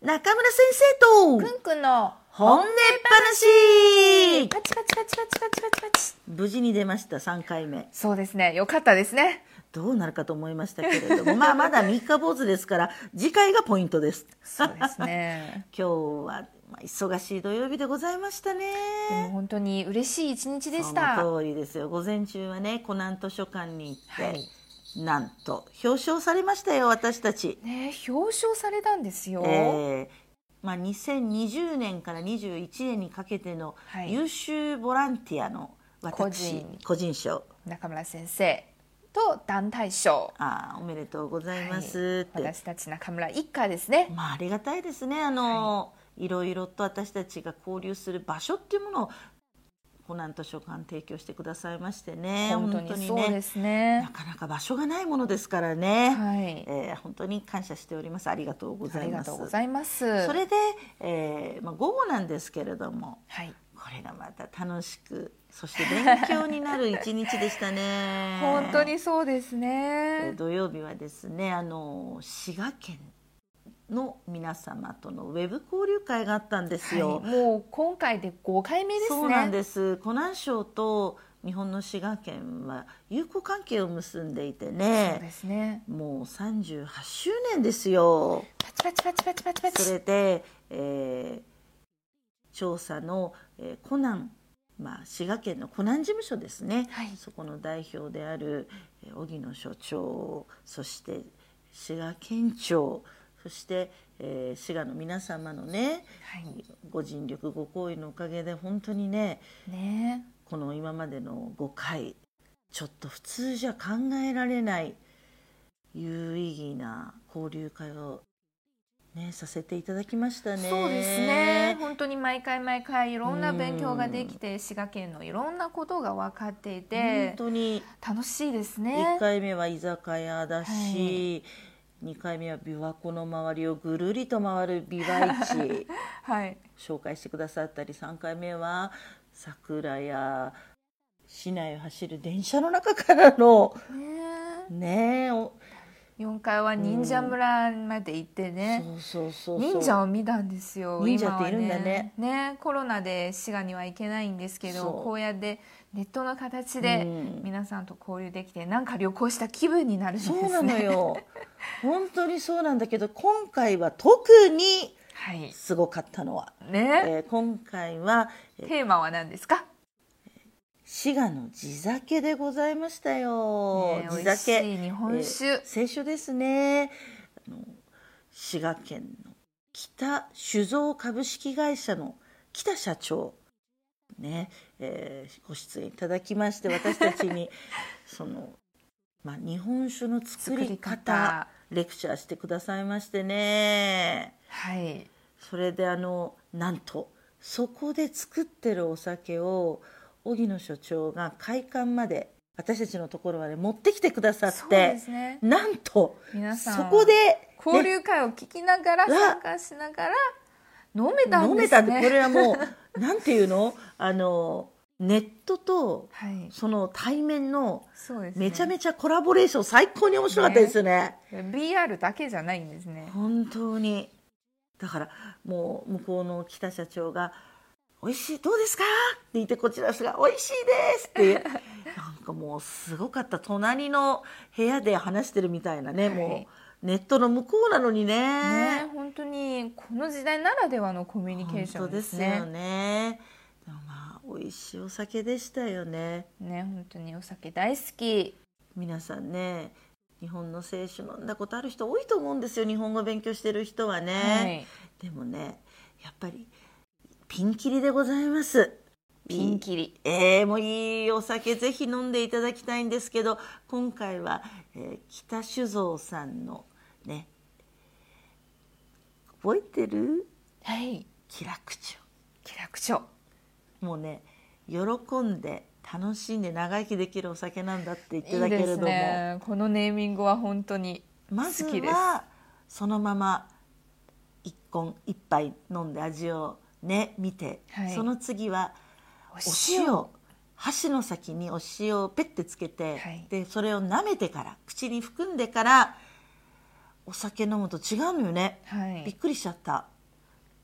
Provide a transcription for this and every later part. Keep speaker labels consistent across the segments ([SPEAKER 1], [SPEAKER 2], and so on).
[SPEAKER 1] 中村先生
[SPEAKER 2] く
[SPEAKER 1] と
[SPEAKER 2] んくんの
[SPEAKER 1] 本音っぱなし
[SPEAKER 2] パチパチパチパチパチパチパチ
[SPEAKER 1] 無事に出ました3回目
[SPEAKER 2] そうですねよかったですね
[SPEAKER 1] どうなるかと思いましたけれど もまあまだ三日坊主ですから次回がポイントです
[SPEAKER 2] そうですね
[SPEAKER 1] 今日はまあ忙しい土曜日でございました
[SPEAKER 2] でも
[SPEAKER 1] ね
[SPEAKER 2] 本当に嬉しい一日でし
[SPEAKER 1] そ
[SPEAKER 2] た
[SPEAKER 1] の通りですよ午前中はねコナン図書館に行って、
[SPEAKER 2] はい
[SPEAKER 1] なんと表彰されましたよ私たち
[SPEAKER 2] ね表彰されたんですよ、
[SPEAKER 1] えーまあ、2020年から21年にかけての
[SPEAKER 2] はい
[SPEAKER 1] 優秀ボランティアの
[SPEAKER 2] 個
[SPEAKER 1] 私、
[SPEAKER 2] 人
[SPEAKER 1] 個人賞
[SPEAKER 2] 中村先生と団体賞
[SPEAKER 1] あーおめでとうございます、って、
[SPEAKER 2] 私たち中村一家ですね
[SPEAKER 1] まあ、ありがたいですねあの、い、ろいろと私たちが交流する場所っていうものをコナン図書館提供してくださいましてね
[SPEAKER 2] 本当にそうで
[SPEAKER 1] ね
[SPEAKER 2] すね
[SPEAKER 1] なかなか場所がないものですからね、
[SPEAKER 2] はい
[SPEAKER 1] えー本当に感謝しておりますありがとうご
[SPEAKER 2] あ
[SPEAKER 1] ざい
[SPEAKER 2] りが
[SPEAKER 1] ます
[SPEAKER 2] とうございます
[SPEAKER 1] それで、えーまあ、午後なんですけれども
[SPEAKER 2] はい
[SPEAKER 1] これがまた楽しくそして勉強になる一日でしたね
[SPEAKER 2] 本当にそうです
[SPEAKER 1] え
[SPEAKER 2] ね
[SPEAKER 1] ー土曜日はですねあの滋賀県の皆様とのウェブ交流会があったんですよ、
[SPEAKER 2] はいもう今回で五回目ですね
[SPEAKER 1] そうなんです湖南省と日本の滋賀県は友好関係を結んでいて
[SPEAKER 2] そう
[SPEAKER 1] ね
[SPEAKER 2] ですね
[SPEAKER 1] もう38周年ですよ
[SPEAKER 2] パチパチパチパチパチパチ
[SPEAKER 1] それで、えー調査の、えーコナン、まあ、滋賀県のコナン事務所ですね、
[SPEAKER 2] はい
[SPEAKER 1] そこの代表であるえー荻野所長そして滋賀県庁そして、えー滋賀の皆様のね
[SPEAKER 2] はい
[SPEAKER 1] ご尽力ご厚意のおかげで本当にね
[SPEAKER 2] ね
[SPEAKER 1] この今までの5回ちょっと普通じゃ考えられない有意義な交流会を、ね、させていただきましたね。
[SPEAKER 2] そうですね本当に毎回毎回いろんな勉強ができて滋賀県のいろんなことが分かってい
[SPEAKER 1] 本
[SPEAKER 2] て
[SPEAKER 1] 当に
[SPEAKER 2] 楽しいですね
[SPEAKER 1] 1回目は居酒屋だし、2回目は琵琶湖の周りをぐるりと回る琵琶市
[SPEAKER 2] はい
[SPEAKER 1] 紹介してくださったり3回目は桜や市内を走る電車の中からの
[SPEAKER 2] ね
[SPEAKER 1] ねえお
[SPEAKER 2] 4階は忍者村まで行ってね
[SPEAKER 1] そうそうそうそう
[SPEAKER 2] 忍者を見たんですよ
[SPEAKER 1] 忍者っているんだね
[SPEAKER 2] 今はねねコロナで滋賀には行けないんですけど
[SPEAKER 1] そう
[SPEAKER 2] こうやってネットの形で
[SPEAKER 1] うん
[SPEAKER 2] 皆さんと交流できて、なんか旅行した気分になるんです
[SPEAKER 1] そ
[SPEAKER 2] ね
[SPEAKER 1] うなの よ。本当にそうなんだけど、今回は特に
[SPEAKER 2] はい
[SPEAKER 1] すごかったのは、
[SPEAKER 2] ね、
[SPEAKER 1] えー今回はえー
[SPEAKER 2] テーマは何ですか
[SPEAKER 1] 滋賀の地酒でございましたよ。
[SPEAKER 2] ね
[SPEAKER 1] 地
[SPEAKER 2] 美味し
[SPEAKER 1] 酒、
[SPEAKER 2] い日本酒、
[SPEAKER 1] えー清酒ですね。あの滋賀県の北酒造株式会社の北社長。ね、えーご出演いただきまして私たちに その、まあ、日本酒の作
[SPEAKER 2] 作り
[SPEAKER 1] り方
[SPEAKER 2] 方
[SPEAKER 1] レクチャーしてくださいましてね
[SPEAKER 2] はい
[SPEAKER 1] それであのなんとそこで作ってるお酒を荻野所長が会館まで私たちのところまで持ってきてくださっ
[SPEAKER 2] そうで
[SPEAKER 1] て、
[SPEAKER 2] すね
[SPEAKER 1] なんと
[SPEAKER 2] 皆さん
[SPEAKER 1] そこで、
[SPEAKER 2] 交流会を聞きながら
[SPEAKER 1] ね
[SPEAKER 2] 参加しながら飲めた
[SPEAKER 1] 飲
[SPEAKER 2] んで
[SPEAKER 1] め
[SPEAKER 2] す
[SPEAKER 1] たって
[SPEAKER 2] ね
[SPEAKER 1] これはもうなんていうのあのネットと
[SPEAKER 2] はい
[SPEAKER 1] その対面の
[SPEAKER 2] そうですね
[SPEAKER 1] めちゃめちゃコラボレーション最高に面白かったですね
[SPEAKER 2] BR だけじゃないんですね
[SPEAKER 1] 本当にだからもう向こうの北社長が「美味しいどうですか?」って言ってこちらの人が「美味しいです」っていう なんかもうすごかった隣の部屋で話してるみたいなね、
[SPEAKER 2] はい
[SPEAKER 1] もうネットの向こうなのにね
[SPEAKER 2] ね本当にこの時代ならではのコミュニケー
[SPEAKER 1] 本
[SPEAKER 2] ショ
[SPEAKER 1] 当
[SPEAKER 2] ンで
[SPEAKER 1] ですす
[SPEAKER 2] ね
[SPEAKER 1] よねでもまあ美味しいお酒でしたよね
[SPEAKER 2] ね本当にお酒大好き
[SPEAKER 1] 皆さんね日本の清酒飲んだことある人多いと思うんですよ日本語勉強してる人はね、
[SPEAKER 2] はい
[SPEAKER 1] でもねやっぱりピンキリでございます
[SPEAKER 2] ピンキリ
[SPEAKER 1] えー、もういいお酒ぜひ飲んでいただきたいんですけど今回は、えー北酒造さんのね覚えてる
[SPEAKER 2] はい
[SPEAKER 1] 気楽町
[SPEAKER 2] 気楽町
[SPEAKER 1] もうね喜んで楽しんで長生きできるお酒なんだって言ってたけれども
[SPEAKER 2] いいですねこのネーミングは本当に
[SPEAKER 1] まず
[SPEAKER 2] 好きです
[SPEAKER 1] はそのまま一本一杯飲んで味をね見て、
[SPEAKER 2] はい
[SPEAKER 1] その次は
[SPEAKER 2] お
[SPEAKER 1] お塩箸の先にお塩をペッてつけて、
[SPEAKER 2] はい
[SPEAKER 1] でそれを舐めてから口に含んでからお酒飲むと違うのよね
[SPEAKER 2] は
[SPEAKER 1] びっ
[SPEAKER 2] い、
[SPEAKER 1] くりしちゃった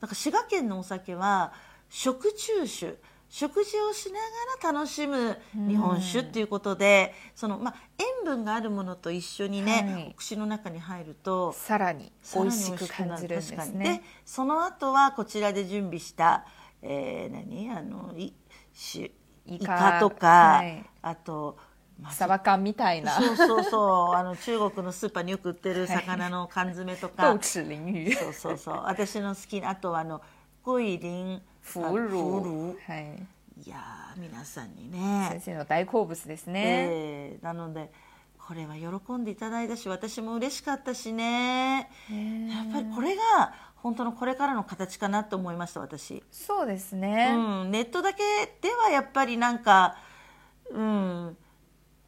[SPEAKER 1] なんか滋賀県のお酒は食中酒食事をしながら楽しむ日本酒っていうことで、そのまあ、塩分があるものと一緒にね、
[SPEAKER 2] はい
[SPEAKER 1] お口の中に入ると
[SPEAKER 2] さらに
[SPEAKER 1] さ
[SPEAKER 2] 美
[SPEAKER 1] らに
[SPEAKER 2] 味しく感じるんです
[SPEAKER 1] 確かにで
[SPEAKER 2] ね。
[SPEAKER 1] その後はこちらで準備した、えー何あのいしイ
[SPEAKER 2] イカ
[SPEAKER 1] カとか、
[SPEAKER 2] はい
[SPEAKER 1] あと、まあ
[SPEAKER 2] サバ缶みたいな
[SPEAKER 1] そうそうそうあの中国のスーパーによく売ってる魚の缶詰とか、
[SPEAKER 2] 豆豉鲮鱼、
[SPEAKER 1] そうそうそう。私の好きなあとはあの桂林
[SPEAKER 2] 腐
[SPEAKER 1] あ
[SPEAKER 2] 乳
[SPEAKER 1] 腐乳
[SPEAKER 2] はい、
[SPEAKER 1] いやー皆さんに
[SPEAKER 2] 先
[SPEAKER 1] ね。
[SPEAKER 2] 生の大好物ですね。
[SPEAKER 1] えーなのでこれは喜んでいただいたし私も嬉しかったしね。
[SPEAKER 2] ね
[SPEAKER 1] やっぱりこれが本当のこれからの形かなと思いました私。
[SPEAKER 2] そうです
[SPEAKER 1] う
[SPEAKER 2] ね。
[SPEAKER 1] ん、ネットだけではやっぱりなんかうん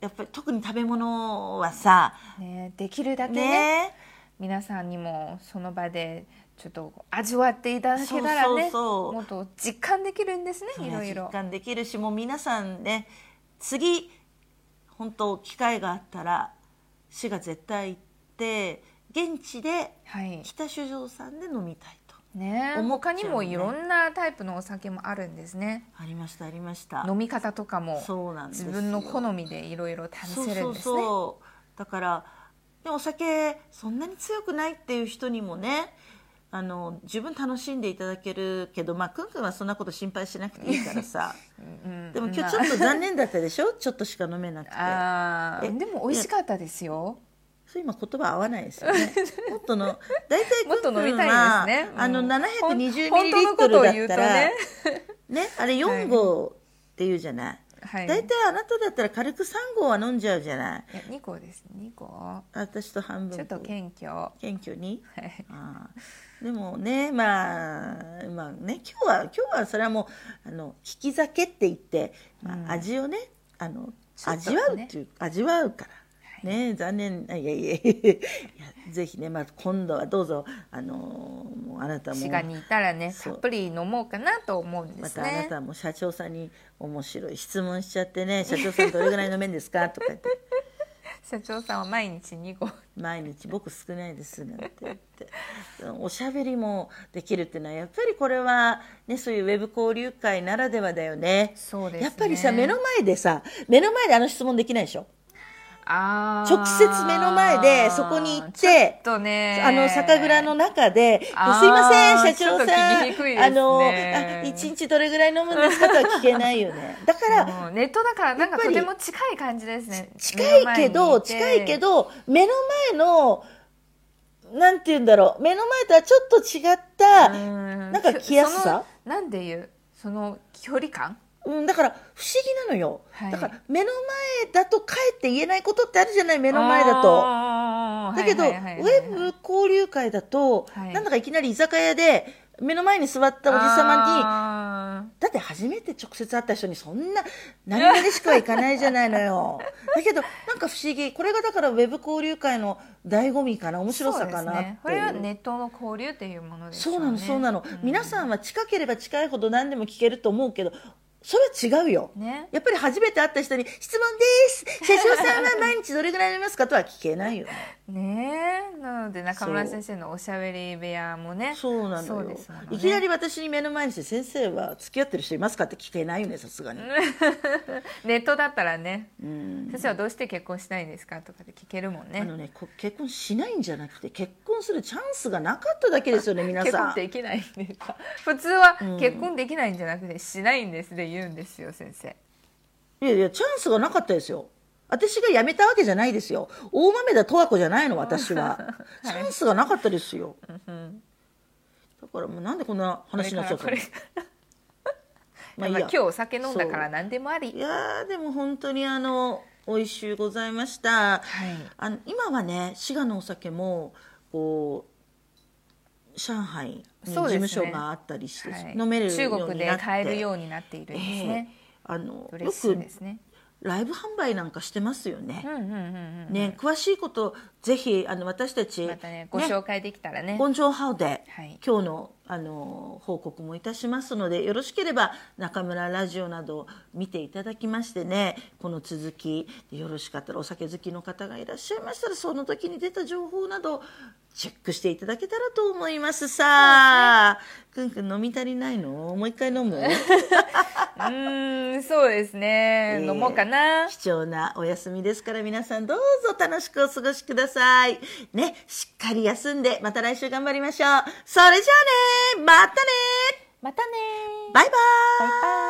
[SPEAKER 1] やっぱり特に食べ物はさ
[SPEAKER 2] ねできるだけね
[SPEAKER 1] ね
[SPEAKER 2] 皆さんにもその場でちょっと味わっていただけたらね
[SPEAKER 1] そうそうそう
[SPEAKER 2] もっと実感できるんですね
[SPEAKER 1] そう
[SPEAKER 2] い
[SPEAKER 1] ね
[SPEAKER 2] ろい
[SPEAKER 1] 実
[SPEAKER 2] ろ。
[SPEAKER 1] 感できるしもう皆さんね次本当機会があったら市が絶対行って現地で
[SPEAKER 2] はい、
[SPEAKER 1] 北酒造さんで飲みたいと
[SPEAKER 2] ね
[SPEAKER 1] 思っちゃ
[SPEAKER 2] 他
[SPEAKER 1] うね
[SPEAKER 2] にもいろんなタイプのお酒もあるんですね。
[SPEAKER 1] ありましたありました
[SPEAKER 2] 飲み方とかも
[SPEAKER 1] そうなんです
[SPEAKER 2] 自
[SPEAKER 1] よ
[SPEAKER 2] 分の好みでいろいろ試せるんですね。
[SPEAKER 1] そうそうそうだからでお酒そんなに強くないっていう人にもねあの十分楽しんでいただけるけどまあくんくんはそんなこと心配しなくていいから さ
[SPEAKER 2] うん
[SPEAKER 1] でも今
[SPEAKER 2] ま
[SPEAKER 1] 日ちょっと残念だったでしょちょっとしか飲めなくて。
[SPEAKER 2] ああ
[SPEAKER 1] え
[SPEAKER 2] ーでも美味しかったですよ。
[SPEAKER 1] そう今言葉合わないですよ ね。もっとの大体
[SPEAKER 2] もっと飲みたい
[SPEAKER 1] は、
[SPEAKER 2] ですねうん
[SPEAKER 1] あの
[SPEAKER 2] ほん
[SPEAKER 1] 720ミリリットルだったらね
[SPEAKER 2] 本
[SPEAKER 1] あれ4号っていうじゃない。
[SPEAKER 2] はい。
[SPEAKER 1] 大体あなただったら軽く3号は飲んじゃうじゃない。
[SPEAKER 2] いや二個です二個。
[SPEAKER 1] 私と半分
[SPEAKER 2] ちょっと謙虚。は
[SPEAKER 1] 謙虚に。
[SPEAKER 2] い。
[SPEAKER 1] あーでもねまあまあね今日は今日はそれはもうあの引き酒って言って、まあ
[SPEAKER 2] うん
[SPEAKER 1] 味をねあの
[SPEAKER 2] ちょっと
[SPEAKER 1] 味
[SPEAKER 2] ね
[SPEAKER 1] わうっていう味わうから。
[SPEAKER 2] い
[SPEAKER 1] ね残念あいやいやいやいやぜひね、まあ、今度はどうぞあのもうあなたも
[SPEAKER 2] 滋賀にいたらね
[SPEAKER 1] そ
[SPEAKER 2] た
[SPEAKER 1] う
[SPEAKER 2] っぷり飲もうかなと思うんで
[SPEAKER 1] ますたあな
[SPEAKER 2] ね。
[SPEAKER 1] たも社長さんに面白い質問しちゃってね「社長さんどれぐらい飲めんですか?」とか言って
[SPEAKER 2] 社長さんは毎日二個。
[SPEAKER 1] 「毎日僕少ないです」なんて言って おしゃべりもできるっていうのはやっぱりこれは、ね、そういうウェブ交流会ならではだよね。
[SPEAKER 2] そうですね。
[SPEAKER 1] やっぱりさ目の前でさ目の前であの質問できないでしょ
[SPEAKER 2] あー
[SPEAKER 1] 直接目の前でそこに行って
[SPEAKER 2] ちょっとね
[SPEAKER 1] あの酒蔵の中で「すい
[SPEAKER 2] あー
[SPEAKER 1] ません社長さん、
[SPEAKER 2] ちょっと聞きにくいですね
[SPEAKER 1] あのあ一日どれぐらい飲むんですか?」とは聞けないよねだから
[SPEAKER 2] もうネットだからなん
[SPEAKER 1] や
[SPEAKER 2] か
[SPEAKER 1] っぱ
[SPEAKER 2] と
[SPEAKER 1] り
[SPEAKER 2] ても近い感じですね
[SPEAKER 1] 近いけど
[SPEAKER 2] 目の
[SPEAKER 1] 近
[SPEAKER 2] 前に
[SPEAKER 1] い
[SPEAKER 2] て
[SPEAKER 1] けど目の前のなんて言うんだろう目の前とはちょっと違った、
[SPEAKER 2] うん
[SPEAKER 1] なんか来やす
[SPEAKER 2] そ
[SPEAKER 1] さ
[SPEAKER 2] のなんでいうその距離感
[SPEAKER 1] うん、だから不思議なのよ、
[SPEAKER 2] はい
[SPEAKER 1] だから目の前だとかえって言えないことってあるじゃない目の前だと。だけど、ウェブ交流会だと、
[SPEAKER 2] はい
[SPEAKER 1] なんだかいきなり居酒屋で目の前に座ったおじ様に
[SPEAKER 2] 様
[SPEAKER 1] だって初めて直接会った人にそんな何々しくはいかないじゃないの よだけどなんか不思議これがだからウェブ交流会の醍醐味かな面白さかなっていう
[SPEAKER 2] これはネットの交流っていうものです
[SPEAKER 1] そ
[SPEAKER 2] よね
[SPEAKER 1] うなのそうなの、皆
[SPEAKER 2] ん
[SPEAKER 1] さんは近ければ近いほど何でも聞けると思うけどそれは違うよ、
[SPEAKER 2] ね
[SPEAKER 1] やっぱり初めて会った人に「質問 です社長さんは毎日どれぐらい飲みますか?」とは聞けないよね
[SPEAKER 2] ねえなので中村先生のおしゃべり部屋もね
[SPEAKER 1] そうなの
[SPEAKER 2] そう
[SPEAKER 1] よ、
[SPEAKER 2] ですもんね
[SPEAKER 1] いきなり私に目の前にして「先生は付き合ってる人いますか?」って聞けないよねさすがに、
[SPEAKER 2] ネットだったらね
[SPEAKER 1] うん
[SPEAKER 2] 先生はどうして結婚したいんですかとかで聞けるもん
[SPEAKER 1] あ
[SPEAKER 2] ね
[SPEAKER 1] のねこ結婚しないんじゃなくて結婚するチャンスがなかっただけです よね皆
[SPEAKER 2] 結
[SPEAKER 1] さ
[SPEAKER 2] 婚
[SPEAKER 1] ん
[SPEAKER 2] できないんですか 普通は
[SPEAKER 1] うん
[SPEAKER 2] 結婚できないんじゃなくてしないんですで言うんですよ先生
[SPEAKER 1] いやいやチャンスがなかったですよ私が辞めたわけじゃないですよ大豆田十和子じゃないの私 は、チャンスがなかったですよだからもうなんでこんな
[SPEAKER 2] これ
[SPEAKER 1] 話になっ
[SPEAKER 2] か
[SPEAKER 1] ちゃ
[SPEAKER 2] ら
[SPEAKER 1] っ
[SPEAKER 2] こ
[SPEAKER 1] た
[SPEAKER 2] れ
[SPEAKER 1] の まあいいや
[SPEAKER 2] 今日お酒飲んだから何でもあ
[SPEAKER 1] い
[SPEAKER 2] り
[SPEAKER 1] やーでも本当にあの美味しゅうございました、
[SPEAKER 2] はい
[SPEAKER 1] あの今はね滋賀のお酒もこう上海に事
[SPEAKER 2] そうです
[SPEAKER 1] 務
[SPEAKER 2] ね
[SPEAKER 1] 所があったりして、
[SPEAKER 2] はい
[SPEAKER 1] 飲めるようにな
[SPEAKER 2] 中
[SPEAKER 1] って
[SPEAKER 2] 国で買えるようになっているんですね
[SPEAKER 1] ええあのよ
[SPEAKER 2] 嬉しい
[SPEAKER 1] く
[SPEAKER 2] ですね
[SPEAKER 1] ライブ販売なんかしてますよね。
[SPEAKER 2] うんうんうんうん
[SPEAKER 1] ね、詳しいことぜひあの私たち、
[SPEAKER 2] またねご紹介できたらね
[SPEAKER 1] 根性ハウで
[SPEAKER 2] はい
[SPEAKER 1] 今日のあの報告もいたしますのでよろしければ中村ラジオなどを見ていただきましてねこの続きでよろしかったらお酒好きの方がいらっしゃいましたらその時に出た情報などチェックしていただけたらと思いますさあくんくん飲み足りないのもう一回飲む
[SPEAKER 2] うーんそうですね、
[SPEAKER 1] えー
[SPEAKER 2] 飲もうかな
[SPEAKER 1] 貴重なお休みですから皆さんどうぞ楽しくお過ごしくださいねしっかり休んでまた来週頑張りましょうそれじゃあねまたね
[SPEAKER 2] またね
[SPEAKER 1] バイバイ
[SPEAKER 2] バイバイ